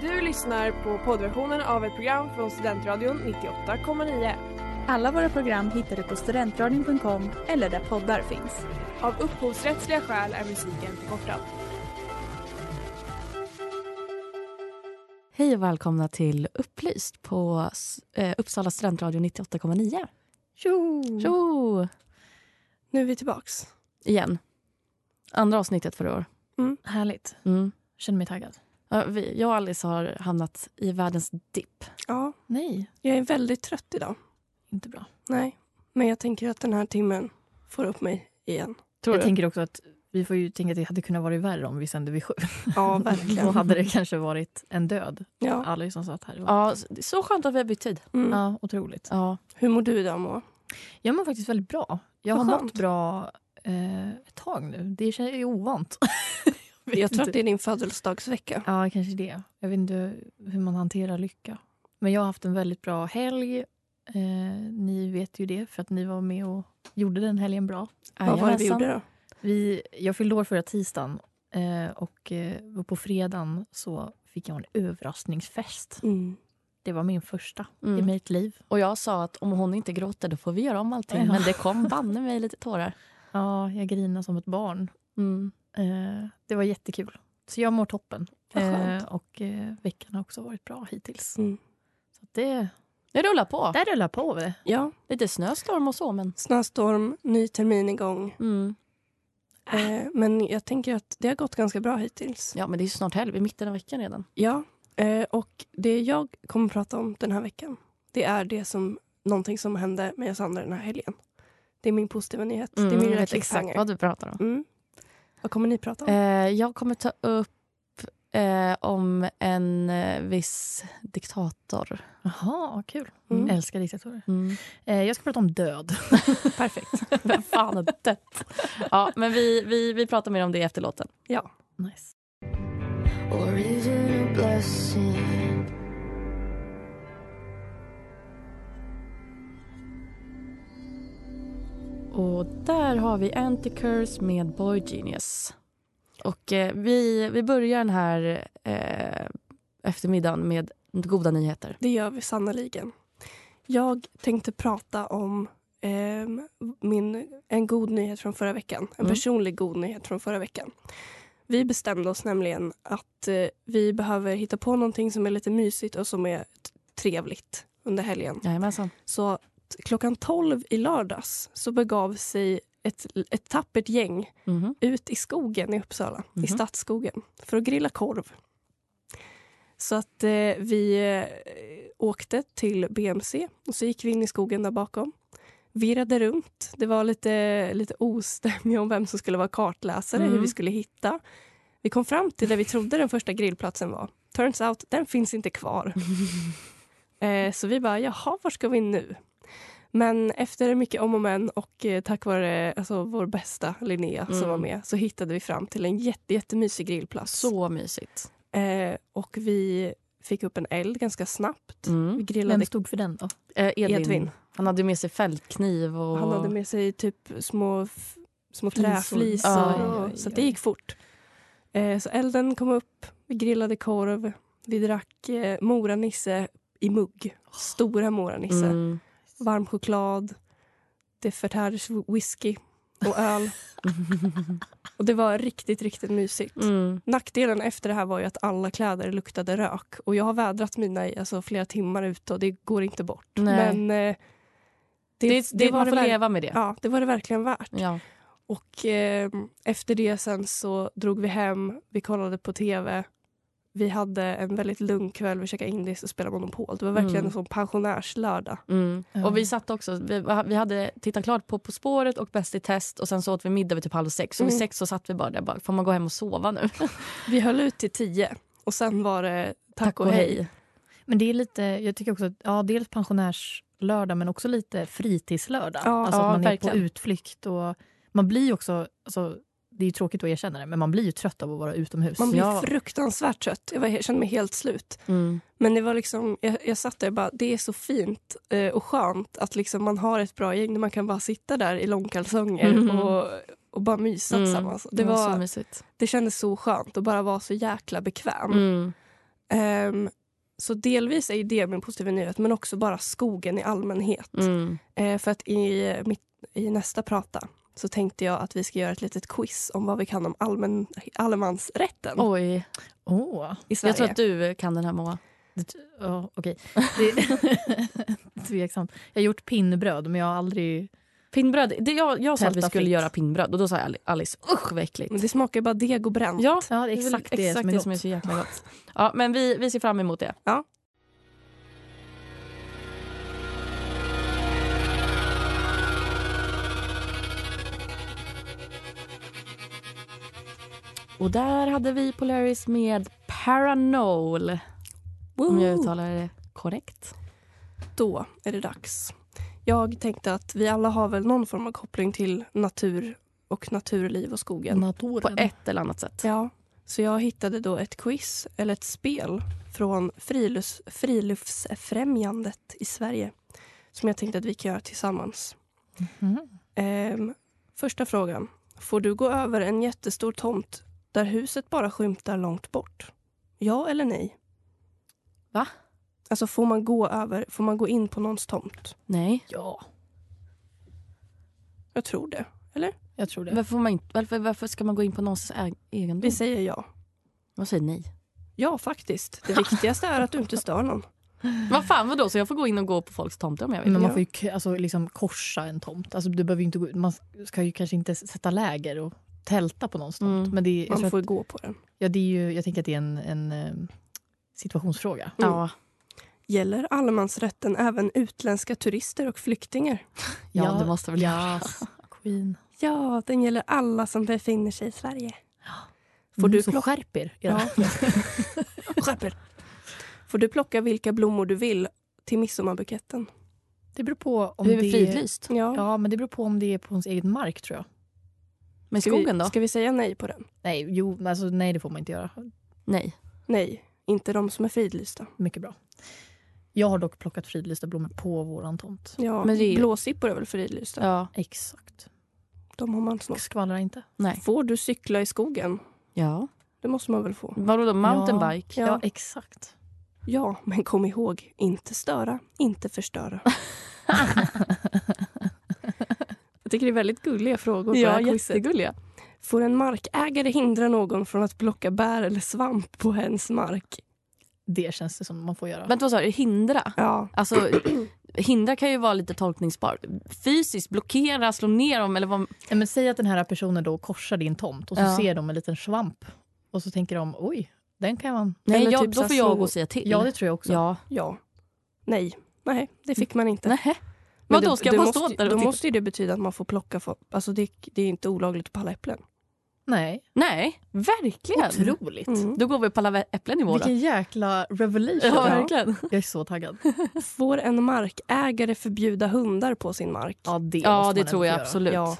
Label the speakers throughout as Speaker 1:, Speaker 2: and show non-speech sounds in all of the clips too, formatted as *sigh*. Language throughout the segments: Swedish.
Speaker 1: Du lyssnar på poddversionen av ett program från Studentradion 98,9.
Speaker 2: Alla våra program hittar du på studentradion.com eller där poddar finns.
Speaker 1: Av upphovsrättsliga skäl är musiken förkortad.
Speaker 3: Hej och välkomna till Upplyst på eh, Uppsala studentradio 98,9.
Speaker 4: Tjo!
Speaker 3: Tjo!
Speaker 4: Nu är vi tillbaks.
Speaker 3: Igen. Andra avsnittet för i år.
Speaker 5: Härligt.
Speaker 3: Mm.
Speaker 5: Känner mig taggad.
Speaker 3: Ja, vi, jag och Alice har hamnat i världens dipp.
Speaker 4: Ja,
Speaker 5: Nej,
Speaker 4: jag är väldigt trött idag.
Speaker 5: inte bra.
Speaker 4: Nej, men jag tänker att den här timmen får upp mig igen.
Speaker 3: Tror
Speaker 5: jag
Speaker 3: du?
Speaker 5: tänker också att vi får ju tänka att det hade kunnat vara värre om vi sände vid sju. *laughs*
Speaker 4: Ja,
Speaker 5: Då
Speaker 4: verkligen.
Speaker 5: hade det kanske varit en död.
Speaker 4: Ja.
Speaker 5: Alla som satt här. Ja.
Speaker 3: Ja, s- det är så skönt att vi har bytt tid.
Speaker 4: Mm.
Speaker 5: ja, otroligt.
Speaker 3: Ja.
Speaker 4: Hur mår du idag, Moa?
Speaker 5: Jag mår faktiskt väldigt bra. Jag har
Speaker 4: Vad
Speaker 5: mått
Speaker 4: skönt.
Speaker 5: bra eh, ett tag nu. Det känns ju ovant. *laughs* vet
Speaker 4: Jag tror
Speaker 5: inte.
Speaker 4: att det är din födelsedagsvecka.
Speaker 5: Ja, kanske det. Jag vet inte hur man hanterar lycka. Men jag har haft en väldigt bra helg. Eh, ni vet ju det, för att ni var med och gjorde den helgen bra.
Speaker 4: Vad var det vi
Speaker 3: Jajamensan.
Speaker 4: gjorde då?
Speaker 5: Vi, jag fyllde år förra tisdagen eh, och eh, på fredagen så fick jag en överraskningsfest.
Speaker 4: Mm.
Speaker 5: Det var min första i
Speaker 3: Mm.
Speaker 5: mitt liv.
Speaker 3: Och jag sa att om hon inte gråter då får vi göra om allting.
Speaker 5: Ja.
Speaker 3: Men det kom banne mig lite tårar.
Speaker 5: Ja, jag grinade som ett barn.
Speaker 3: Mm.
Speaker 5: Eh, det var jättekul. Så jag mår toppen.
Speaker 4: Vad skönt.
Speaker 5: och eh, veckan har också varit bra hittills.
Speaker 4: Mm.
Speaker 5: Så att det,
Speaker 3: Det rullar på.
Speaker 5: där rullar på. Det.
Speaker 4: Ja,
Speaker 3: Lite snöstorm och så men...
Speaker 4: snöstorm, ny termin igång.
Speaker 3: Mm.
Speaker 5: Äh.
Speaker 4: Eh, men jag tänker att det har gått ganska bra hittills.
Speaker 3: Ja men det är ju snart helg, i mitten av veckan redan.
Speaker 4: Ja, eh, och det jag kommer att prata om den här veckan det är det som, någonting som hände med oss andra den här helgen. Det är min positiva nyhet. det är min
Speaker 3: Mm, jag
Speaker 4: lilla
Speaker 3: vet exakt
Speaker 4: cliffhanger.
Speaker 3: vad du pratar om.
Speaker 4: Mm. Vad kommer ni prata om?
Speaker 3: Eh, jag kommer ta upp eh, om en eh, viss diktator.
Speaker 5: Jaha, kul.
Speaker 4: Mm.
Speaker 5: Älskar diktatorer. Eh, jag ska prata om död.
Speaker 4: *laughs* Perfekt.
Speaker 5: *laughs*
Speaker 3: Vem fan har dött? ja, men vi, vi, vi pratar mer om det efter låten.
Speaker 5: Nice.
Speaker 6: or even a blessing.
Speaker 3: Och där har vi Anticurse med Boy Genius. Och eh, vi, vi börjar den här eh, eftermiddagen med goda nyheter.
Speaker 4: Det gör vi sannoliken. Jag tänkte prata om ehm, min, en god nyhet från förra veckan. En
Speaker 3: Mm.
Speaker 4: personlig god nyhet från förra veckan. Vi bestämde oss nämligen att eh, vi behöver hitta på någonting som är lite mysigt och som är t- trevligt under helgen.
Speaker 3: Jajamensan.
Speaker 4: Så t- klockan 12 i lördags så begav sig ett, ett tappert gäng
Speaker 3: Mhm.
Speaker 4: ut i skogen i Uppsala,
Speaker 3: Mhm.
Speaker 4: i Stadsskogen, för att grilla korv. Så att eh, vi eh, åkte till BMC och så gick vi in i skogen där bakom. Virrade runt. Det var lite, lite ostämja om vem som skulle vara kartläsare,
Speaker 3: Mm.
Speaker 4: hur vi skulle hitta. Vi kom fram till där vi trodde den första grillplatsen var. Turns out, den finns inte
Speaker 3: *laughs*
Speaker 4: kvar. eh, så vi bara, jaha, var ska vi nu? Men efter mycket om och men och eh, tack vare alltså, vår bästa Linnea
Speaker 3: Mm.
Speaker 4: som var med så hittade vi fram till en jätte, jättemysig grillplats.
Speaker 3: Så mysigt.
Speaker 4: Eh, och vi fick upp en eld ganska snabbt. Vi
Speaker 3: Mm.
Speaker 4: grillade
Speaker 5: Vem stod för den då?
Speaker 3: Eh, Edvin.
Speaker 4: Edvin.
Speaker 3: Han hade med sig fältkniv och...
Speaker 4: Han hade med sig typ små, f- små
Speaker 5: Flisor.
Speaker 4: träflisor.
Speaker 3: Aj,
Speaker 4: och-
Speaker 5: aj,
Speaker 4: Så att
Speaker 5: aj.
Speaker 4: det gick fort. Eh, så elden kom upp, vi grillade korv. Vi drack eh, Mora-Nisse i mugg. Stora Mora-Nisse.
Speaker 3: Mm.
Speaker 4: Varm choklad. Det förtärdes whisky och öl. och det var riktigt, riktigt mysigt.
Speaker 3: Mm.
Speaker 4: Nackdelen efter det här var ju att alla kläder luktade rök. Och jag har vädrat mina i alltså, flera timmar ute och det går inte bort.
Speaker 3: Nej.
Speaker 4: Men eh,
Speaker 3: Det, det,
Speaker 4: var
Speaker 3: man får
Speaker 4: verk-
Speaker 3: leva med det.
Speaker 4: Ja, det var det verkligen värt.
Speaker 3: Ja.
Speaker 4: Och eh, efter det sen så drog vi hem, vi kollade på tv. Vi hade en väldigt lugn kväll, vi käkade indiskt och spelade Monopol. Det var verkligen
Speaker 3: Mm.
Speaker 4: en sån pensionärslördag.
Speaker 3: Mm.
Speaker 5: Ja.
Speaker 3: Och vi satt också, vi, vi hade tittat klart på På spåret och Bäst i test och sen så åt vi middag vid typ halv sex. Och vid
Speaker 4: Mm.
Speaker 3: sex så satt vi bara där, bara, får man gå hem och sova nu?
Speaker 4: Vi höll ut till tio och sen var det tack, och hej.
Speaker 5: Men det är lite, jag tycker också att, ja, dels pensionärslördag men också lite fritidslördag.
Speaker 4: Ja,
Speaker 5: alltså
Speaker 3: ja,
Speaker 5: att man
Speaker 3: verkligen.
Speaker 5: är på utflykt och man blir ju också, alltså, det är ju tråkigt att erkänna det, men man blir ju trött av att vara utomhus.
Speaker 4: Man blev
Speaker 3: Ja.
Speaker 4: fruktansvärt trött. Jag, var, jag kände mig helt slut.
Speaker 3: Mm.
Speaker 4: Men det var liksom, jag, jag satt där och bara, det är så fint eh, och skönt att liksom man har ett bra gäng där man kan bara sitta där i långkalsonger
Speaker 3: Mhm.
Speaker 4: och, och bara mysa
Speaker 3: Mm.
Speaker 4: tillsammans.
Speaker 3: Det
Speaker 4: Det,
Speaker 3: var så
Speaker 4: var,
Speaker 3: mysigt.
Speaker 4: det kändes så skönt att bara vara så jäkla bekväm.
Speaker 3: Mm.
Speaker 4: Ehm, så delvis är ju det min positiva nyhet, men också bara skogen i allmänhet.
Speaker 3: Mm.
Speaker 4: Eh, för att i, mitt, i nästa prata så tänkte jag att vi ska göra ett litet quiz om vad vi kan om allmän, allemansrätten
Speaker 3: Oj.
Speaker 5: Åh,
Speaker 4: i Sverige.
Speaker 3: Jag tror att du kan den här, Moa.
Speaker 5: det- ja, okej. Det- *laughs* Tveksamt. Jag har gjort pinnbröd, men jag har aldrig...
Speaker 3: Pinnbröd. Det, jag jag sa att vi
Speaker 5: Tälta
Speaker 3: skulle
Speaker 5: fritt.
Speaker 3: göra pinnbröd och då sa Ali- Alice usch vad äckligt.
Speaker 4: Men det smakar ju bara deg och bränt.
Speaker 3: Ja,
Speaker 5: Ja, det är
Speaker 3: det är väl
Speaker 5: exakt det, som är
Speaker 3: det
Speaker 5: gott.
Speaker 3: som är så jäkla gott. Ja, men vi, vi ser fram emot det. Och där hade vi Polaris med Paranol, om jag
Speaker 4: Woo!
Speaker 3: uttalar det korrekt.
Speaker 4: Då är det dags. Jag tänkte att vi alla har väl någon form av koppling till natur och naturliv och skogen.
Speaker 5: Naturen.
Speaker 3: På ett eller annat sätt.
Speaker 4: Ja, så jag hittade då ett quiz, eller ett spel, från frilufts, Friluftsfrämjandet i Sverige som jag tänkte att vi kan göra tillsammans.
Speaker 5: Mhm.
Speaker 4: Ehm, första frågan. Får du gå över en jättestor tomt där huset bara skymtar långt bort? Ja eller nej?
Speaker 3: Va?
Speaker 4: Alltså får man gå över, får man gå in på någons tomt?
Speaker 3: Nej.
Speaker 5: Ja,
Speaker 4: Jag tror det.
Speaker 5: jag tror det.
Speaker 3: Varför, får man inte, varför, varför ska man gå in på någons äg- egendom?
Speaker 4: Vi säger ja.
Speaker 3: Vad säger nej?
Speaker 4: Ja, faktiskt. Det viktigaste är att du inte stör någon.
Speaker 3: Vad fan vadå, så jag får gå in och gå på folks tomter om jag vill?
Speaker 5: Men man
Speaker 4: Ja.
Speaker 5: får ju k- alltså, liksom korsa en tomt. Alltså, du behöver ju inte gå, man ska ju kanske inte s- sätta läger och tälta på någons tomt.
Speaker 3: Mm.
Speaker 5: Men det, är- jag,
Speaker 4: Man
Speaker 5: tror
Speaker 4: får
Speaker 5: att,
Speaker 4: ju gå på den.
Speaker 5: ja, det är ju, jag tänker att det är en, en eh, situationsfråga.
Speaker 4: Mm.
Speaker 3: Ja.
Speaker 4: Gäller allemansrätten även utländska turister och flyktingar?
Speaker 3: Ja, det måste väl
Speaker 5: ja. *laughs* Queen.
Speaker 4: Ja, den gäller alla som befinner sig i Sverige. Får
Speaker 5: Får
Speaker 4: du
Speaker 5: du Mm, så
Speaker 4: plocka-
Speaker 5: skärp er. Ja.
Speaker 4: *laughs* Skärp er. Får du plocka vilka blommor du vill till midsommarbuketten?
Speaker 5: Det beror på om
Speaker 3: Hur är
Speaker 5: det
Speaker 3: vi fridlyst?
Speaker 4: Ja.
Speaker 5: Ja, men det beror på om det är på ens egen mark tror jag.
Speaker 3: Men
Speaker 4: Ska
Speaker 3: skogen
Speaker 4: vi,
Speaker 3: då?
Speaker 4: Ska vi säga nej på den?
Speaker 5: Nej, jo, men alltså, nej det får man inte göra.
Speaker 3: Nej.
Speaker 4: Nej, inte de som är fridlysta.
Speaker 5: Mycket bra. Jag har dock plockat fridlysta blommor på våran tomt.
Speaker 4: Ja,
Speaker 3: Men det är ju-
Speaker 4: Blåsippor är väl fridlysta?
Speaker 3: Ja.
Speaker 5: Exakt.
Speaker 4: De har man snart.
Speaker 5: Skvallra inte.
Speaker 3: Nej.
Speaker 4: Får du cykla i skogen?
Speaker 3: Ja.
Speaker 4: Det måste man väl få?
Speaker 3: Vadå då? Mountainbike?
Speaker 5: Ja,
Speaker 4: Ja.
Speaker 5: exakt.
Speaker 4: Ja, men kom ihåg, inte störa, inte förstöra. Jag tycker det är väldigt gulliga
Speaker 3: *laughs*
Speaker 4: frågor på det här quizet.
Speaker 3: jättegulliga.
Speaker 4: Får en markägare hindra någon från att plocka bär eller svamp på hens mark?
Speaker 5: Det känns det som man får göra.
Speaker 3: Vänta, vad sa du? Hindra?
Speaker 4: Ja,
Speaker 3: Alltså, *clears throat* hindra kan ju vara lite tolkningsbart. Fysiskt, blockera, slå ner dem eller vad...
Speaker 5: Nej, men säg att den här personen då korsar din tomt och så
Speaker 3: Ja.
Speaker 5: ser de en liten svamp. Och så tänker de, oj, den kan man...
Speaker 3: Nej,
Speaker 4: Eller
Speaker 3: jag,
Speaker 4: typ
Speaker 3: då
Speaker 4: så här
Speaker 3: får jag
Speaker 4: slå-
Speaker 3: gå och säga till.
Speaker 5: Ja, det tror jag också.
Speaker 3: Ja.
Speaker 4: ja, nej, nej, det fick man inte.
Speaker 3: Nej.
Speaker 4: Men
Speaker 3: Vadå,
Speaker 4: det-
Speaker 3: ska jag
Speaker 4: det
Speaker 3: bara
Speaker 4: måste-
Speaker 3: stå där och
Speaker 4: Då
Speaker 3: titta?
Speaker 4: måste ju det betyda att man får plocka, för, alltså det, det är inte olagligt att palla äpplen.
Speaker 5: Nej,
Speaker 3: Nej, verkligen.
Speaker 5: otroligt.
Speaker 3: Då går vi på alla äpplen i vår. då.
Speaker 5: Vilken jäkla revelation.
Speaker 3: Ja, verkligen.
Speaker 5: Jag är
Speaker 3: *laughs*
Speaker 5: så taggad.
Speaker 4: *laughs* Får en markägare förbjuda hundar på sin mark?
Speaker 5: Ja, det,
Speaker 3: Ja,
Speaker 5: måste
Speaker 3: det
Speaker 5: man
Speaker 3: tror
Speaker 5: ändå
Speaker 3: jag
Speaker 5: göra.
Speaker 3: absolut.
Speaker 4: Ja.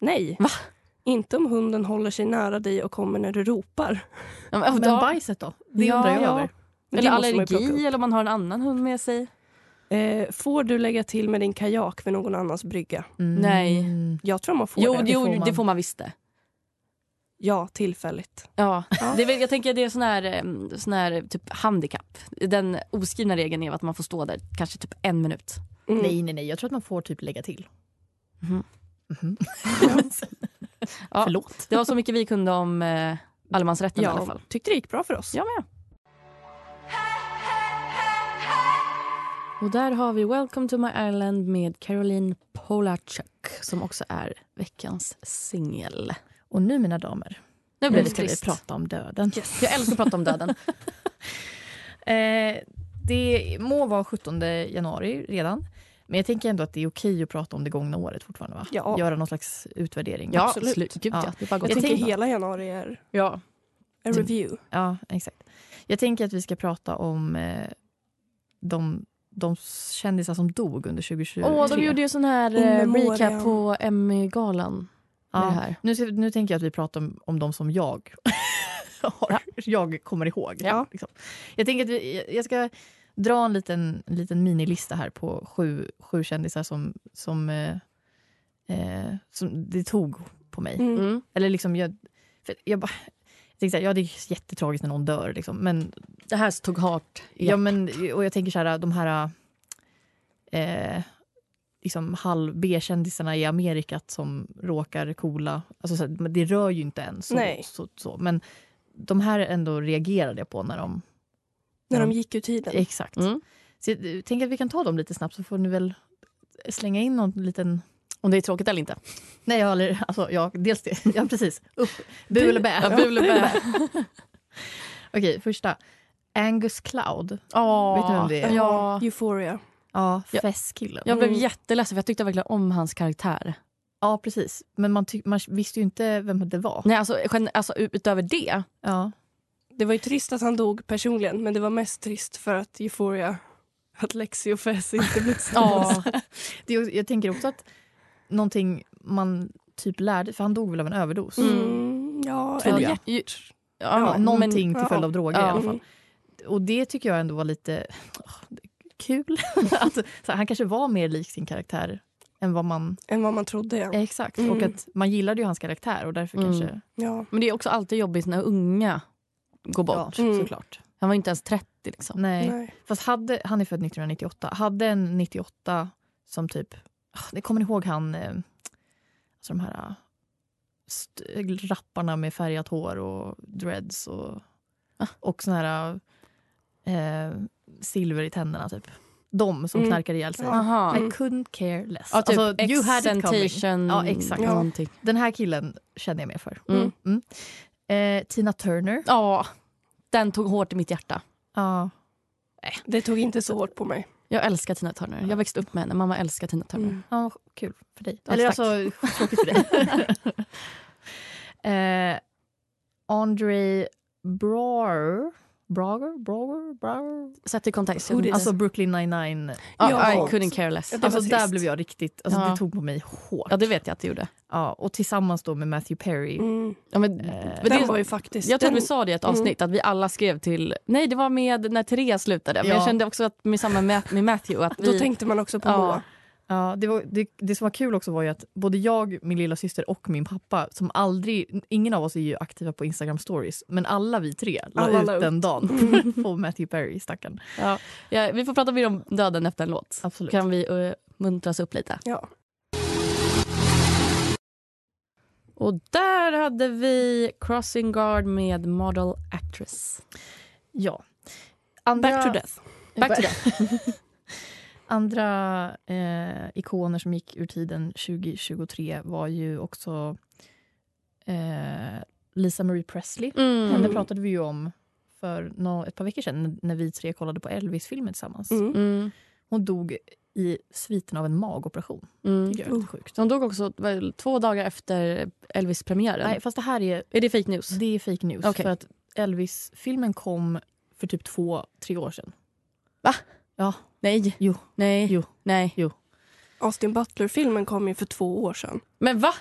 Speaker 4: Nej.
Speaker 3: Va?
Speaker 4: Inte om hunden håller sig nära dig och kommer när du ropar.
Speaker 3: Ja, men-
Speaker 5: Men
Speaker 3: ja.
Speaker 5: bajset då? Det
Speaker 3: Ja,
Speaker 5: undrar jag
Speaker 3: ja.
Speaker 5: över.
Speaker 4: Det
Speaker 3: eller
Speaker 4: måste man ju plocka upp.
Speaker 3: allergi, eller om man har en annan hund med sig.
Speaker 4: Eh, får du lägga till med din kajak vid någon annans brygga?
Speaker 5: Mm.
Speaker 3: Nej.
Speaker 4: Jag tror man får
Speaker 3: Jo,
Speaker 4: det.
Speaker 3: jo
Speaker 5: får
Speaker 3: det
Speaker 5: man.
Speaker 3: får man visst det.
Speaker 4: Ja, tillfälligt.
Speaker 3: Ja. Det är väl, jag tänker att det är sån här, em, sån här typ handikapp. Den oskrivna regeln är att man får stå där kanske typ en minut.
Speaker 4: Mm.
Speaker 5: nej, nej, nej. Jag tror att man får typ lägga till.
Speaker 3: Mhm.
Speaker 5: Mhm.
Speaker 3: *laughs* Ja.
Speaker 5: Förlåt.
Speaker 3: Det var så mycket vi kunde om eh, allemansrätten i alla
Speaker 4: Ja,
Speaker 3: fall.
Speaker 4: tyckte det gick bra för oss.
Speaker 3: Jag med. Och där har vi Welcome to my island med Caroline Polachuk som också är veckans singel.
Speaker 5: Och nu, mina damer,
Speaker 3: Nu blir
Speaker 5: nu
Speaker 3: det
Speaker 5: ska vi
Speaker 3: trist.
Speaker 5: prata om döden.
Speaker 3: Jag älskar att prata om döden.
Speaker 5: Eh, det må vara 17 januari redan, men jag tänker ändå att det är okej att prata om det gångna året fortfarande. Va?
Speaker 4: Ja.
Speaker 5: Göra någon slags utvärdering.
Speaker 3: *laughs* Ja,
Speaker 4: Absolut.
Speaker 3: absolut. Gud, ja.
Speaker 5: Ja.
Speaker 3: Det är bara gott.
Speaker 4: Jag
Speaker 5: Jag
Speaker 4: tänker
Speaker 5: tänker-
Speaker 4: hela januari är
Speaker 3: ja.
Speaker 4: en review.
Speaker 5: Ja, exakt. Jag tänker att vi ska prata om eh, de, de kändisar som dog under 2023.
Speaker 3: Åh, de gjorde ju sån här
Speaker 4: In
Speaker 3: eh,
Speaker 4: memoriam.
Speaker 3: recap på Emmy-galan. med
Speaker 5: Ja.
Speaker 3: det här.
Speaker 5: Nu, ska- nu tänker jag att vi pratar om, om de som jag *laughs* har, jag kommer ihåg.
Speaker 3: Ja.
Speaker 5: Liksom. Jag tänker att vi, jag- jag ska dra en liten, en liten minilista här på sju, sju kändisar som, som, eh, eh, som det tog på mig.
Speaker 4: Mm.
Speaker 3: Mm.
Speaker 5: Eller liksom jag, för jag bara, Jag tänker så här, ja, det är jättetragiskt när någon dör, liksom. men
Speaker 3: Det här tog hårt. i
Speaker 5: Ja, men, och jag tänker så här, de här eh, liksom halv-B-kändisarna i Amerika som råkar coola. Alltså, så här, men det rör ju inte en. Så,
Speaker 4: Nej.
Speaker 5: Så, så. Men de här ändå reagerade jag på när de...
Speaker 4: När de gick ur tiden.
Speaker 5: Exakt.
Speaker 3: Mm.
Speaker 5: Så jag eh, tänker att vi kan ta dem lite snabbt så får ni väl slänga in någon liten...
Speaker 3: Om det är tråkigt eller inte.
Speaker 5: Nej, jag har aldrig... Alltså, ja, dels det. *laughs* Ja, precis. Upp. Bu eller bä.
Speaker 3: Ja, bu eller *laughs* bä.
Speaker 5: Okej, första. Angus Cloud.
Speaker 3: Åh,
Speaker 5: Vet du vem det är?
Speaker 3: Ja.
Speaker 4: Euphoria.
Speaker 5: Ja,
Speaker 3: Ja.
Speaker 5: festkillen.
Speaker 3: Jag blev
Speaker 4: Mm.
Speaker 3: jätteledsen för jag tyckte verkligen om hans karaktär.
Speaker 5: Ja, precis. Men man, ty- man visste ju inte vem det var.
Speaker 3: Nej, alltså, gen- alltså ut- utöver det.
Speaker 5: Ja.
Speaker 4: Det var ju trist att han dog personligen, men det var mest trist för att Euphoria, att Lexi och Fess inte
Speaker 3: *laughs*
Speaker 4: blivit tillsammans.
Speaker 5: Ja. *laughs* Det, är också- jag tänker också att någonting man typ lärde, för han dog väl av en överdos?
Speaker 4: Mm, ja,
Speaker 5: Tror
Speaker 4: eller
Speaker 5: jag.
Speaker 4: hjärt- Mm,
Speaker 5: Ja,
Speaker 3: men-
Speaker 5: någonting till
Speaker 4: ja.
Speaker 5: följd av droger i
Speaker 3: Ja.
Speaker 5: alla fall. Och det tycker jag ändå var lite åh, kul. *laughs* att, så här, han kanske var mer lik sin karaktär än vad man...
Speaker 4: än vad man trodde.
Speaker 3: Eh,
Speaker 4: Ja.
Speaker 5: Exakt.
Speaker 4: Mm.
Speaker 5: Och att man gillade ju hans karaktär och därför
Speaker 3: Mm.
Speaker 5: kanske...
Speaker 4: Ja.
Speaker 3: Men det är också alltid jobbigt när unga går
Speaker 5: Ja,
Speaker 3: bort.
Speaker 4: Mm.
Speaker 5: såklart.
Speaker 3: Han var inte ens 30 liksom.
Speaker 5: Nej.
Speaker 4: Nej.
Speaker 5: Fast hade, han är född 1998. Hade en 98 som typ... ah, Det kommer ni ihåg han... eh, Alltså de här ah, st- rapparna med färgat hår och dreads och,
Speaker 3: Ah.
Speaker 5: och såna här eh, silver i tänderna, typ. De som
Speaker 4: Mm.
Speaker 5: knarkade ihjäl sig.
Speaker 3: Aha.
Speaker 5: I couldn't care
Speaker 3: Mm.
Speaker 5: less.
Speaker 3: Ja, typ
Speaker 5: Alltså, you had it coming.
Speaker 3: extentation.
Speaker 5: Ja, exakt.
Speaker 4: Ja.
Speaker 3: Någonting.
Speaker 5: Den här killen känner jag mer för.
Speaker 3: Mm.
Speaker 5: Mm. Eh, Tina Turner.
Speaker 3: Ja, den tog hårt i mitt hjärta.
Speaker 5: Ja.
Speaker 4: Det tog inte så hårt på mig.
Speaker 3: Jag älskar Tina Turner. Jag växte upp med henne. Mamma älskar Tina Turner.
Speaker 4: Mm.
Speaker 5: Ja, kul för dig.
Speaker 3: Ja,
Speaker 5: Eller
Speaker 3: tack.
Speaker 5: alltså, tråkigt för dig. *laughs* eh, Andre Braur. Brager? Brager? Brager?
Speaker 3: Sätt i kontext.
Speaker 4: Who did
Speaker 5: Alltså Brooklyn 99.
Speaker 3: ja,
Speaker 4: Ja.
Speaker 3: I couldn't care less.
Speaker 4: Ja, det var
Speaker 5: Alltså, där
Speaker 4: trist.
Speaker 5: blev jag riktigt... Alltså,
Speaker 3: Ja.
Speaker 5: Det tog på mig hårt.
Speaker 3: Ja, det vet jag att det gjorde.
Speaker 5: Ja, och tillsammans då med Matthew Perry.
Speaker 4: Mm.
Speaker 3: Ja, men,
Speaker 5: Eh,
Speaker 3: men
Speaker 4: den
Speaker 3: det,
Speaker 4: var ju faktiskt...
Speaker 3: jag tror
Speaker 4: den,
Speaker 3: att vi sa det i ett avsnitt, att vi alla skrev till... Nej, det var med när Therese slutade. Men
Speaker 5: Ja.
Speaker 3: jag kände också att med samma med, med Matthew. Att vi,
Speaker 4: Då tänkte man också på
Speaker 3: Ja.
Speaker 4: Moa.
Speaker 5: Ja, det, var, det, det som var kul också var ju att både jag, min lilla syster och min pappa, som aldrig, ingen av oss är ju aktiva på Instagram stories, men alla vi tre la
Speaker 4: Alla
Speaker 5: ut
Speaker 4: la
Speaker 5: den dagen på Matthew Perry, stackarn.
Speaker 3: ja, ja, vi får prata mer om döden efter en låt.
Speaker 5: Absolut.
Speaker 3: kan vi uh, muntras upp lite.
Speaker 4: Ja.
Speaker 3: Och där hade vi Crossing Guard med Model Actress.
Speaker 5: Ja.
Speaker 4: Back to death.
Speaker 3: Back to that.
Speaker 5: *laughs* Andra eh, ikoner som gick ur tiden 2023 var ju också eh, Lisa Marie Presley.
Speaker 4: Mm.
Speaker 5: Henne pratade vi ju om för nå ett par veckor sedan när vi tre kollade på Elvis-filmen tillsammans.
Speaker 4: Mm.
Speaker 3: Mm.
Speaker 5: Hon dog i sviten av en magoperation.
Speaker 3: Mm.
Speaker 5: Det är
Speaker 4: Oh.
Speaker 5: lite sjukt.
Speaker 3: De dog också väl, två dagar efter Elvis-premiären.
Speaker 5: Nej, fast det här är,
Speaker 3: Är det fake news?
Speaker 5: det är fake news.
Speaker 3: Okej.
Speaker 5: För att Elvis-filmen kom för typ två, tre år sedan.
Speaker 3: Va?
Speaker 5: Ja.
Speaker 3: Nej.
Speaker 5: Jo.
Speaker 3: Nej.
Speaker 5: Jo.
Speaker 3: Nej.
Speaker 4: Austin Butler-filmen kom ju för två år sedan.
Speaker 3: Men va?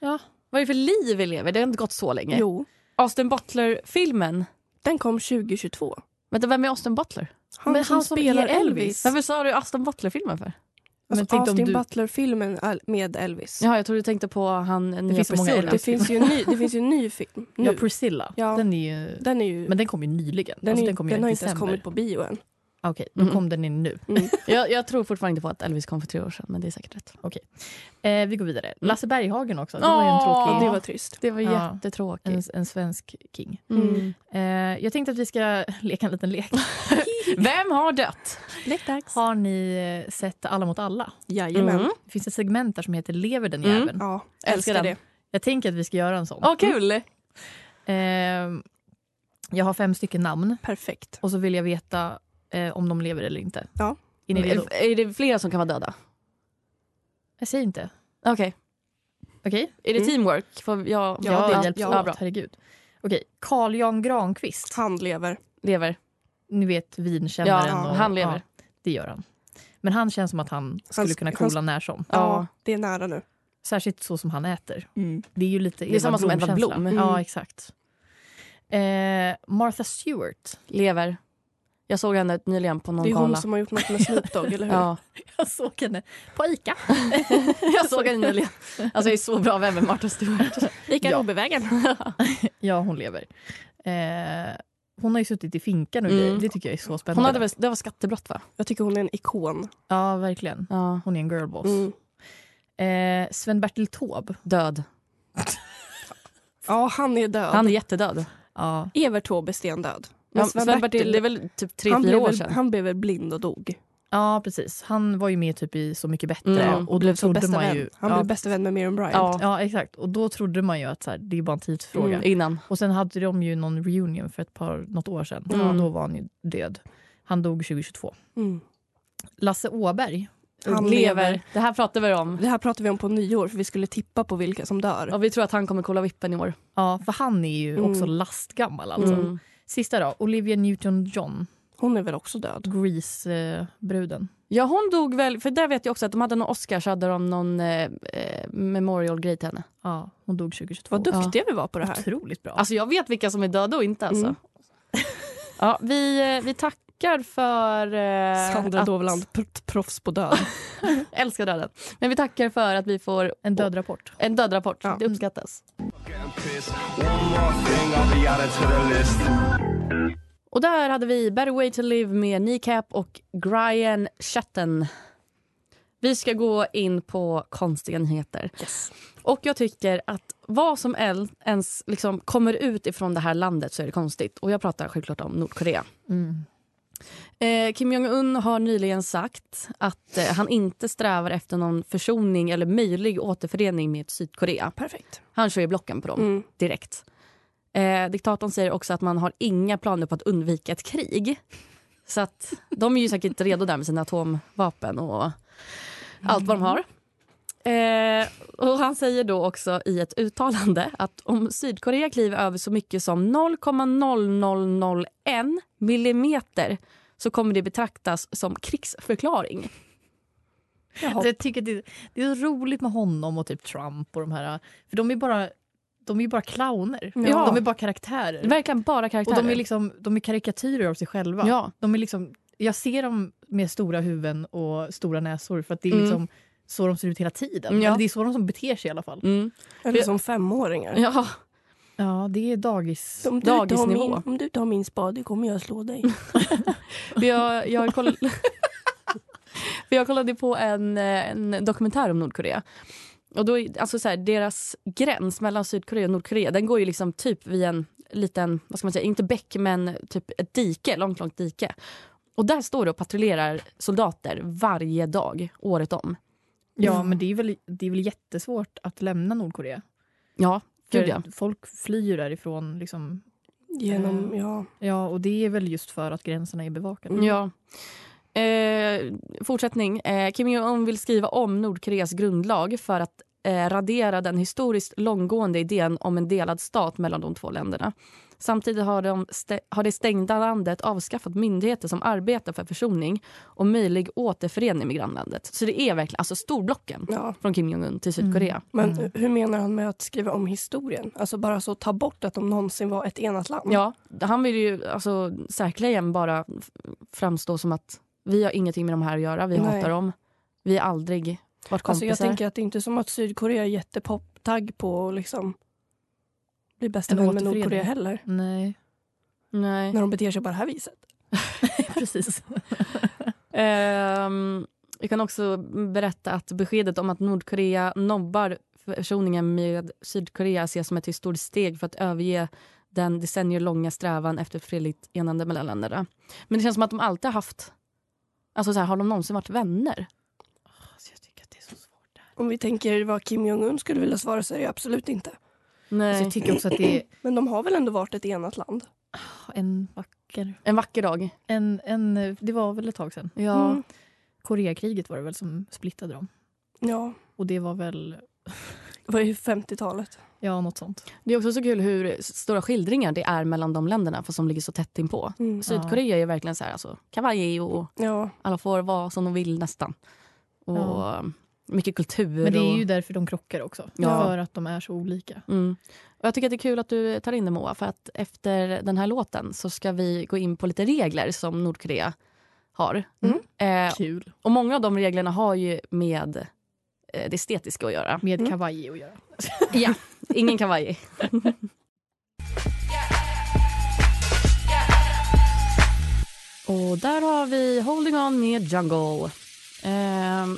Speaker 5: Ja.
Speaker 3: Vad är det för liv vi lever? Det har inte gått så länge.
Speaker 4: Jo,
Speaker 3: Austin Butler-filmen.
Speaker 4: den kom 2022.
Speaker 3: Vänta, vem är Austin Butler?
Speaker 4: Han
Speaker 5: Men
Speaker 4: som
Speaker 5: han som
Speaker 4: spelar
Speaker 5: är
Speaker 4: Elvis.
Speaker 5: Elvis.
Speaker 3: Varför sa du Austin Butler-filmen för?
Speaker 5: Men
Speaker 4: Alltså,
Speaker 5: tänk om
Speaker 4: Austin
Speaker 5: du-
Speaker 4: Butler-filmen är- med Elvis.
Speaker 3: Jaha, jag tror du tänkte på han nya
Speaker 5: finns så många
Speaker 3: Priscilla.
Speaker 4: Det
Speaker 5: Elvis.
Speaker 4: finns ju en ny, det finns ju en ny film nu.
Speaker 5: Ja, Priscilla.
Speaker 4: Ja.
Speaker 5: Den är ju,
Speaker 4: den är ju...
Speaker 5: men den kom ju nyligen.
Speaker 4: den, är,
Speaker 5: alltså,
Speaker 4: ju-
Speaker 5: den kom ju
Speaker 4: den
Speaker 5: i
Speaker 4: har inte ens
Speaker 5: december.
Speaker 4: kommit på bio än.
Speaker 5: Ah, Okej, då
Speaker 3: Mhm.
Speaker 5: kom den in nu.
Speaker 3: Jag, jag tror fortfarande inte på att Elvis kom för tre år sedan, men det är säkert rätt.
Speaker 5: Eh, vi går vidare. Lasse Berghagen också. Det var ju en
Speaker 3: Åh,
Speaker 5: tråkig...
Speaker 4: Det var trist.
Speaker 3: Det var
Speaker 5: Ja. en,
Speaker 3: jättetråkigt.
Speaker 5: en svensk king.
Speaker 3: Mm.
Speaker 5: Eh, jag tänkte att vi ska *laughs* leka en liten lek.
Speaker 3: Vem har dött?
Speaker 4: Läckdags.
Speaker 5: Har ni eh, sett Alla mot alla?
Speaker 4: Jajamän.
Speaker 3: Mm.
Speaker 5: Det finns ett segment där som heter Lever den
Speaker 3: Mm.
Speaker 5: jäveln?
Speaker 4: Ja,
Speaker 3: Älskar
Speaker 4: älskar
Speaker 3: den.
Speaker 4: det.
Speaker 5: Jag tänker att vi ska göra en sån.
Speaker 3: Åh, kul!
Speaker 5: Eh, jag har fem stycken namn
Speaker 4: Perfekt.
Speaker 5: och så vill jag veta eh, om de lever eller inte.
Speaker 4: Ja.
Speaker 5: Är ni redo?
Speaker 3: Är, är det flera som kan vara döda?
Speaker 5: Jag säger inte.
Speaker 3: Okej.
Speaker 5: Okej?
Speaker 3: Är det teamwork? Får jag,
Speaker 4: Ja,
Speaker 5: Ja,
Speaker 4: det-
Speaker 5: hjälps
Speaker 4: ja,
Speaker 5: åt.
Speaker 3: bra.
Speaker 5: Herregud. Okej, Carl Jan Granqvist.
Speaker 4: Han lever.
Speaker 3: Lever.
Speaker 5: Ni vet vinkännaren.
Speaker 3: Ja,
Speaker 5: och,
Speaker 3: han lever.
Speaker 5: Ja, det gör han. Men han känns som att han skulle
Speaker 4: sk-
Speaker 5: kunna
Speaker 4: han sk-
Speaker 5: coola när som.
Speaker 4: Ja, Mm. det är nära nu.
Speaker 5: Särskilt så som han äter. Det är ju lite
Speaker 3: Det är samma som Edvard
Speaker 5: Blom-känsla.
Speaker 3: Blom.
Speaker 5: Ja, exakt. Eh, Martha Stewart. *laughs*
Speaker 3: Lever. Jag såg henne nyligen på någon
Speaker 4: Det är hon
Speaker 3: gala.
Speaker 4: som har gjort något med Snoop Dogg, eller hur?
Speaker 3: Ja, *laughs*
Speaker 5: Jag såg henne på Ica.
Speaker 3: jag såg henne nyligen. Alltså jag är så bra vän med Martha Stewart.
Speaker 4: Ica
Speaker 3: *laughs*
Speaker 5: Ja.
Speaker 4: Nordbyvägen.
Speaker 5: Ja, hon lever. Eh, hon har ju suttit i finkan och grejer.
Speaker 3: Mm.
Speaker 5: Det tycker jag är så spännande.
Speaker 3: Hon hade väl, det var skattebrott va?
Speaker 4: Jag tycker hon är en ikon.
Speaker 5: Ja, verkligen.
Speaker 3: Ja.
Speaker 5: Hon är en girlboss.
Speaker 4: Mm.
Speaker 3: Mm.
Speaker 5: Eh, Sven-Bertil Taube.
Speaker 3: Död.
Speaker 4: Ja, han är död.
Speaker 3: Han är jättedöd.
Speaker 5: Ja.
Speaker 4: Evert Taube är stendöd.
Speaker 3: Ja,
Speaker 4: Men
Speaker 3: Sven-Bertil, det är väl typ tre,
Speaker 4: han,
Speaker 3: fyra
Speaker 4: blev
Speaker 3: år
Speaker 4: väl,
Speaker 3: sedan.
Speaker 4: han blev väl blind och dog.
Speaker 5: ja, precis. Han var ju med typ i Så mycket bättre.
Speaker 3: Mm.
Speaker 5: Och då
Speaker 4: Blev som
Speaker 5: trodde
Speaker 4: bästa
Speaker 5: man
Speaker 4: vän.
Speaker 5: ju...
Speaker 4: Han
Speaker 5: ja,
Speaker 4: blev bästa vän med Miriam Bryant.
Speaker 3: Ja.
Speaker 5: ja, exakt. Och då trodde man ju att så här, det är bara en tidsfråga.
Speaker 3: Mm, innan.
Speaker 5: Och sen hade de ju någon reunion för ett par, något år sedan.
Speaker 3: Mm.
Speaker 5: Och då var han ju död. Han dog 2022.
Speaker 4: Mm.
Speaker 5: Lasse Åberg.
Speaker 4: Han lever.
Speaker 3: Det här pratar vi om.
Speaker 4: Det här pratade vi om på nyår för vi skulle tippa på vilka som dör.
Speaker 3: Och vi tror att han kommer kolla vippen i år.
Speaker 5: Ja, för han är ju
Speaker 4: Mm.
Speaker 5: också lastgammal alltså.
Speaker 3: Mm.
Speaker 5: Sista då, Olivia Newton-John.
Speaker 4: Hon är väl också död?
Speaker 5: Grease-bruden.
Speaker 3: Ja, hon dog väl... För där vet jag också att de hade någon Oscar så hade de någon eh, eh, memorial-grej till henne.
Speaker 5: Ja, hon dog 2022.
Speaker 4: Vad duktiga vi var på det här.
Speaker 5: Otroligt bra.
Speaker 3: Alltså jag vet vilka som är döda och inte alltså.
Speaker 4: Mm.
Speaker 3: *laughs* Ja, vi, eh, vi tackar för... eh,
Speaker 4: Sandra
Speaker 3: att-
Speaker 4: Dovland, pr- proffs på
Speaker 3: *laughs*
Speaker 4: död.
Speaker 3: Älskar döden. Men vi tackar för att vi får
Speaker 5: en dödrapport.
Speaker 3: en dödrapport.
Speaker 4: Ja.
Speaker 3: Det uppskattas.
Speaker 7: Getting pissed. One more thing, I'll be added to the list.
Speaker 3: Och där hade vi Better Way To Live med Kneecap och Brian Chatten. Vi ska gå in på konstiga nyheter. Och jag tycker att vad som el- ens liksom kommer ut ifrån det här landet så är det konstigt. Och jag pratar självklart om Nordkorea. Eh, Kim Jong-Un har nyligen sagt att eh, han inte strävar efter någon försoning eller möjlig återförening med Sydkorea.
Speaker 4: Perfekt.
Speaker 3: Han kör ju blocken på dem
Speaker 4: Mm.
Speaker 3: direkt. Eh, diktatorn säger också att man har inga planer på att undvika ett krig. Så att de är ju säkert redo där med sina atomvapen och allt vad de har. Eh, och han säger då också i ett uttalande att om Sydkorea kliver över så mycket som 0,0001 millimeter så kommer det betraktas som krigsförklaring.
Speaker 5: Alltså, jag tycker det, det är så roligt med honom och typ Trump och de här. För de är bara, de är bara clowner.
Speaker 4: Ja.
Speaker 5: De är bara karaktärer.
Speaker 3: Verkligen bara
Speaker 5: Och
Speaker 3: karaktärer.
Speaker 5: de är, liksom, de är karikatyrer av sig själva.
Speaker 3: ja.
Speaker 5: De är liksom, jag ser dem med stora huvuden och stora näsor för att det är
Speaker 3: Mm.
Speaker 5: liksom så de ser ut hela tiden.
Speaker 3: Ja.
Speaker 5: Eller det är så de som beter sig i alla fall.
Speaker 3: Mm.
Speaker 4: Eller som femåringar.
Speaker 3: ja.
Speaker 5: Ja, det är dagis.
Speaker 4: Om du, tar
Speaker 3: Dagisnivå.
Speaker 4: min, om du tar min spade kommer jag slå
Speaker 3: *laughs*
Speaker 4: dig.
Speaker 3: För jag, jag, koll... *laughs* För jag kollade på en, eh, en dokumentär om Nordkorea. Och då, är- alltså så här, deras gräns mellan Sydkorea och Nordkorea den går ju liksom typ vid en liten, vad ska man säga, inte bäck men typ ett dike, långt, långt dike. Och där står det och patrullerar soldater varje dag, året om.
Speaker 5: Ja, men det är, väl, det är väl jättesvårt att lämna Nordkorea.
Speaker 3: Ja, gud
Speaker 5: För
Speaker 3: ja.
Speaker 5: Folk flyr ju därifrån. Liksom.
Speaker 4: Genom,
Speaker 3: Eh.
Speaker 4: ja.
Speaker 5: Ja, och det är väl just för att gränserna är bevakade.
Speaker 3: Ja. Eh, fortsättning. Eh, Kim Jong-Un vill skriva om Nordkoreas grundlag för att eh, radera den historiskt långgående idén om en delad stat mellan de två länderna. Samtidigt har, de stä- har det stängda landet avskaffat myndigheter som arbetar för försoning och möjlig återförening med grannlandet. Så det är verkligen alltså storblocken
Speaker 4: ja.
Speaker 3: från Kim Jong-Un till Sydkorea.
Speaker 4: Men hur menar han med att skriva om historien? Alltså bara så ta bort att de någonsin var ett enat land?
Speaker 3: Ja, han vill ju alltså, säkerligen bara f- framstå som att vi har ingenting med de här att göra, vi
Speaker 4: Nej.
Speaker 3: hatar dem, vi har aldrig varit
Speaker 4: alltså
Speaker 3: kompisar.
Speaker 4: jag tänker att det är inte som att Sydkorea är jättepop-tagg på att liksom bli bästa
Speaker 5: En
Speaker 4: vän med
Speaker 5: återförening.
Speaker 4: Nordkorea heller.
Speaker 5: Nej,
Speaker 3: Nej.
Speaker 4: När de beter sig på det här viset.
Speaker 5: precis.
Speaker 3: *laughs* Ehm, jag kan också berätta att beskedet om att Nordkorea nobbar försoningen med Sydkorea ses som ett historiskt steg för att överge den decennier-långa strävan efter ett fredligt enande mellan länderna. Men det känns som att de alltid har haft... Alltså så här, har de någonsin varit vänner?
Speaker 5: Alltså, jag tycker att det är så svårt. det här.
Speaker 4: Om vi tänker vad Kim Jong-Un skulle vilja svara så är det absolut inte.
Speaker 5: Alltså,
Speaker 3: Nej.
Speaker 5: jag tycker också att det är
Speaker 4: Men de har väl ändå varit ett enat land?
Speaker 5: *clears throat* en vacker...
Speaker 3: En vacker dag.
Speaker 5: En, en, det var väl ett tag sedan.
Speaker 3: Ja.
Speaker 4: Mm.
Speaker 5: Koreakriget var det väl som splittade dem.
Speaker 4: Ja,
Speaker 5: Och det var väl,
Speaker 4: det var ju 50-talet.
Speaker 5: ja, något sånt.
Speaker 3: Det är också så kul hur stora skildringar det är mellan de länderna fast de ligger så tätt inpå.
Speaker 4: Mm.
Speaker 3: Sydkorea är ju verkligen så här, alltså, kavaj och
Speaker 4: Ja,
Speaker 3: alla får vara som de vill nästan. Och
Speaker 5: Ja.
Speaker 3: Mycket kultur.
Speaker 5: Men det är ju
Speaker 3: och,
Speaker 5: därför de krockar också.
Speaker 3: Ja.
Speaker 5: För att de är så olika.
Speaker 3: mm. och jag tycker att det är kul att du tar in det Moa, för att efter den här låten så ska vi gå in på lite regler som Nordkorea har.
Speaker 4: Mm.
Speaker 3: Eh,
Speaker 5: Kul.
Speaker 3: och många av de reglerna har ju med eh, det estetiska att göra.
Speaker 5: Med
Speaker 4: Mm.
Speaker 5: kavaj att göra.
Speaker 3: Ja, ingen kavaj. Och där har vi Holding On med Jungle. Ehm,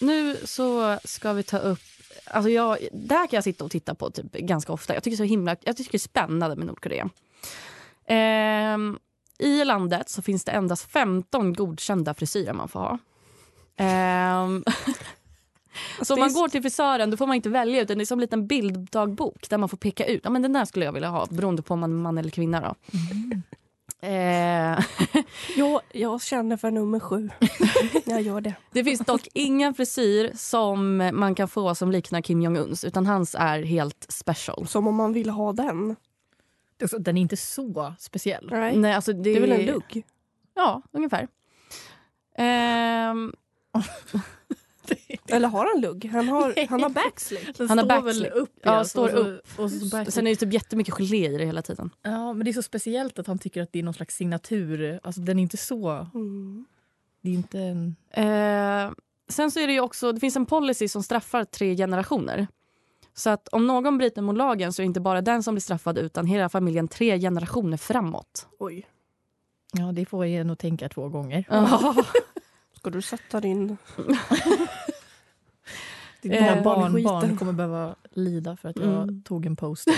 Speaker 3: nu så ska vi ta upp... Alltså jag, där kan jag sitta och titta på typ ganska ofta. Jag tycker, så himla, jag tycker det är spännande med Nordkorea. Ehm, I landet så finns det endast 15 godkända frisyrer man får ha. Ehm, så om
Speaker 4: Det är
Speaker 3: man går till frisören då får man inte välja utan det är som en liten bilddagbok där man får peka ut. Ja, men den där skulle jag vilja ha beroende på om man är man eller kvinna. Då.
Speaker 4: Mm.
Speaker 3: Eh, *laughs*
Speaker 4: Ja, jag känner för nummer *laughs* sju. jag gör det.
Speaker 3: det finns dock ingen frisyr som man kan få som liknar Kim Jong-Uns utan hans är helt special.
Speaker 4: Som om man vill ha den.
Speaker 5: Det är också- Alltså, Den är inte så speciell.
Speaker 4: Right?
Speaker 3: Nej, alltså det,
Speaker 4: Det är väl en lugg?
Speaker 3: Ja, ungefär. Ehm,
Speaker 4: Eller har han lugg? Han *laughs* har, han har backslick.
Speaker 5: Den
Speaker 3: Han har
Speaker 5: står väl
Speaker 3: backslick.
Speaker 5: upp?
Speaker 3: Ja,
Speaker 5: alltså,
Speaker 3: står
Speaker 5: och så- Och så backslick.
Speaker 3: sen är det typ jättemycket gelé i det hela tiden.
Speaker 5: Ja, men det är så speciellt att han tycker att det är någon slags signatur. Alltså den är inte så...
Speaker 4: Mm.
Speaker 5: Det är inte en...
Speaker 3: Eh, sen så är det ju också, det finns en policy som straffar tre generationer. Så att om någon bryter mot lagen så är det inte bara den som blir straffad utan hela familjen tre generationer framåt.
Speaker 4: Oj.
Speaker 5: Ja, det får jag nog tänka två gånger.
Speaker 3: *laughs*
Speaker 4: Ska du sätta din...
Speaker 5: Dina
Speaker 3: Eh,
Speaker 5: barnbarn
Speaker 4: barnskiten.
Speaker 5: kommer behöva lida för att jag
Speaker 3: Mm.
Speaker 5: tog en *laughs* poster.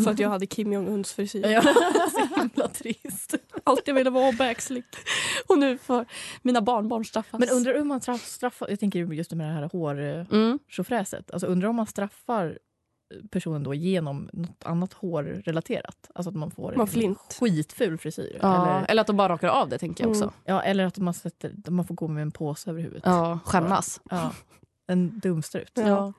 Speaker 4: *laughs* För att jag hade Kim Jong-Uns frisyr.
Speaker 5: *laughs* så himla trist.
Speaker 4: Allt jag ville var backslick.
Speaker 3: Och nu får mina barnbarn straffas.
Speaker 5: Men undrar hur man straff, straffar... Jag tänker just med det här
Speaker 3: Mm.
Speaker 5: hårchauffräset. Alltså undrar om man straffar personen då genom något annat hårrelaterat. Alltså att man får
Speaker 4: Man
Speaker 5: en
Speaker 4: flint.
Speaker 5: skitful frisyr.
Speaker 3: Ja, eller...
Speaker 5: Eller,
Speaker 3: att de bara rakar av det tänker jag också.
Speaker 4: Mm.
Speaker 5: ja, eller att man, sätter, man får gå med en påse över huvudet.
Speaker 3: Ja, skämmas.
Speaker 5: Ja. En dumstrut.
Speaker 3: Ja.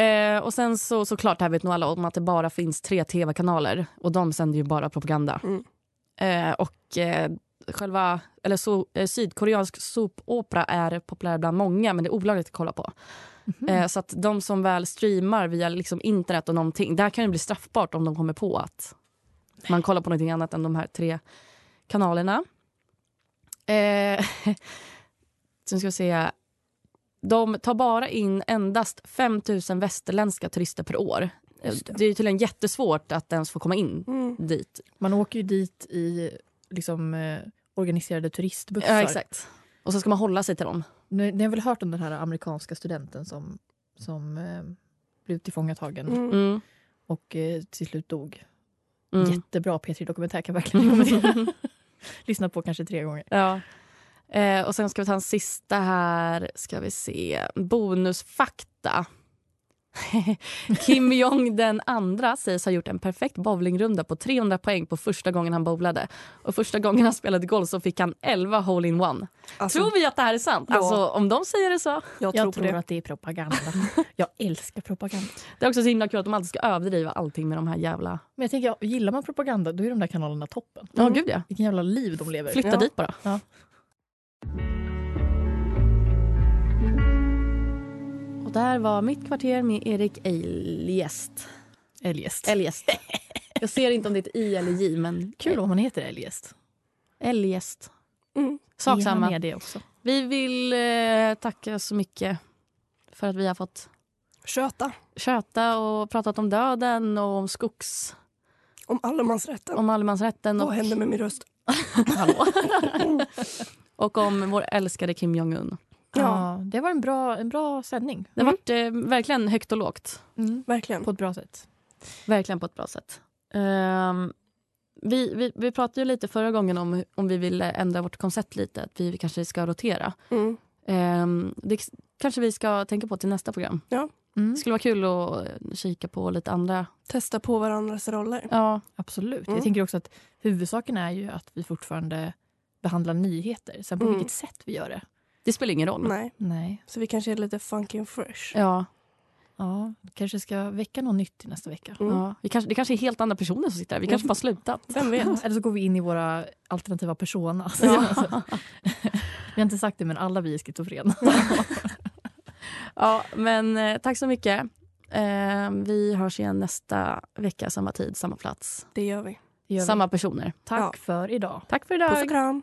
Speaker 3: Eh, och sen så såklart, det här vet nog alla om att det bara finns tre tv-kanaler och de sänder ju bara propaganda.
Speaker 4: Mm.
Speaker 3: Eh, och eh, själva, eller so, eh, sydkoreansk såpopera är populär bland många men det är olagligt att kolla på. Eh, så att de som väl streamar via liksom internet och någonting, där kan det bli straffbart om de kommer på att man kollar på någonting annat än de här tre kanalerna. Eh, *laughs* sen ska jag säga, de tar bara in endast 5 000 västerländska turister per år.
Speaker 4: Just det.
Speaker 3: Det. är ju tydligen jättesvårt att ens få komma in
Speaker 4: Mm.
Speaker 3: dit.
Speaker 5: Man åker ju dit i liksom, eh, organiserade turistbussar.
Speaker 3: Ja, exakt. Och så ska man hålla sig till dem.
Speaker 5: Ni, ni har väl hört om den här amerikanska studenten som, som eh, blev tillfångatagen
Speaker 4: Mm.
Speaker 3: Mm.
Speaker 5: och eh, till slut dog?
Speaker 3: Mm.
Speaker 5: Jättebra P3-dokumentär kan jag verkligen rekommendera.
Speaker 3: *laughs*
Speaker 5: Lyssna på kanske tre gånger.
Speaker 3: Ja. Eh, och sen ska vi ta en sista här. Ska vi se. Bonusfakta. *laughs* Kim Jong den andra sägs ha gjort en perfekt bowlingrunda på 300 poäng på första gången han bowlade. Och första gången han spelade golf så fick han 11 hole-in-one.
Speaker 4: Alltså,
Speaker 3: Tror vi att det här är sant?
Speaker 4: Ja.
Speaker 3: Alltså om de säger det så.
Speaker 4: jag, tror
Speaker 5: Jag
Speaker 4: på
Speaker 5: tror
Speaker 4: det.
Speaker 5: att det är propaganda. Jag älskar propaganda.
Speaker 3: Det är också så himla kul att de alltid ska överdriva allting med de här jävla...
Speaker 5: Men jag tänker, ja, gillar man propaganda då är de där kanalerna toppen.
Speaker 3: Ja, gud ja.
Speaker 5: Vilken jävla liv de lever.
Speaker 3: Flytta
Speaker 4: Ja.
Speaker 3: dit bara.
Speaker 5: Ja.
Speaker 3: Och där var Mitt kvarter med Erik Eljest.
Speaker 5: Eljest.
Speaker 3: Eljest. Jag ser inte om det är ett i eller j, men
Speaker 5: Kul om hon heter Eljest.
Speaker 3: Eljest.
Speaker 4: Mm.
Speaker 3: Sak
Speaker 5: Ge henne
Speaker 3: samma.
Speaker 5: med det också.
Speaker 3: Vi vill eh, tacka så mycket för att vi har fått
Speaker 4: Köta
Speaker 3: köta och pratat om döden och om skogs...
Speaker 4: om allemansrätten.
Speaker 3: Om allemansrätten
Speaker 4: Vad
Speaker 3: och,
Speaker 4: hände med min röst?
Speaker 5: Hallå.
Speaker 3: och om vår älskade Kim Jong-Un.
Speaker 5: *laughs* Ja.
Speaker 4: Ja.
Speaker 5: det var en bra, en bra sändning.
Speaker 3: Det har varit eh, verkligen högt och lågt.
Speaker 4: Verkligen.
Speaker 5: På ett bra sätt.
Speaker 3: Verkligen på ett bra sätt. Ehm, vi, vi, vi pratade ju lite förra gången om, hu- om vi ville ändra vårt koncept lite. Att vi kanske ska rotera.
Speaker 4: Mm.
Speaker 3: Ehm, det k- kanske vi ska tänka på till nästa program.
Speaker 5: Mm.
Speaker 3: Det skulle vara kul att eh, kika på lite andra.
Speaker 4: Testa på varandras roller.
Speaker 3: Ja,
Speaker 5: Absolut.
Speaker 4: Mm.
Speaker 5: Jag tänker också att huvudsaken är ju att vi fortfarande behandlar nyheter. Sen på
Speaker 4: Mm.
Speaker 5: vilket sätt vi gör det.
Speaker 3: det spelar ingen roll.
Speaker 4: Nej,
Speaker 5: Nej.
Speaker 4: så vi kanske är lite funky and fresh.
Speaker 3: Ja,
Speaker 5: Ja, kanske ska väcka något nytt till nästa vecka.
Speaker 4: Mm.
Speaker 3: ja. Vi kanske, det kanske är helt andra personer som sitter här. Vi kanske bara slutat.
Speaker 4: Vem vet? *laughs*
Speaker 5: *laughs* Eller så går vi in i våra alternativa persona.
Speaker 3: Ja.
Speaker 5: *laughs* vi har inte sagt det, men alla vi är schizofrena.
Speaker 3: Ja, men eh, tack så mycket. Eh, vi hörs igen nästa vecka, samma tid, samma plats,
Speaker 8: Det gör vi.
Speaker 5: *laughs* Gör vi.
Speaker 3: samma personer.
Speaker 5: Tack för idag.
Speaker 3: Tack för
Speaker 8: Puss
Speaker 3: idag.
Speaker 8: och kram.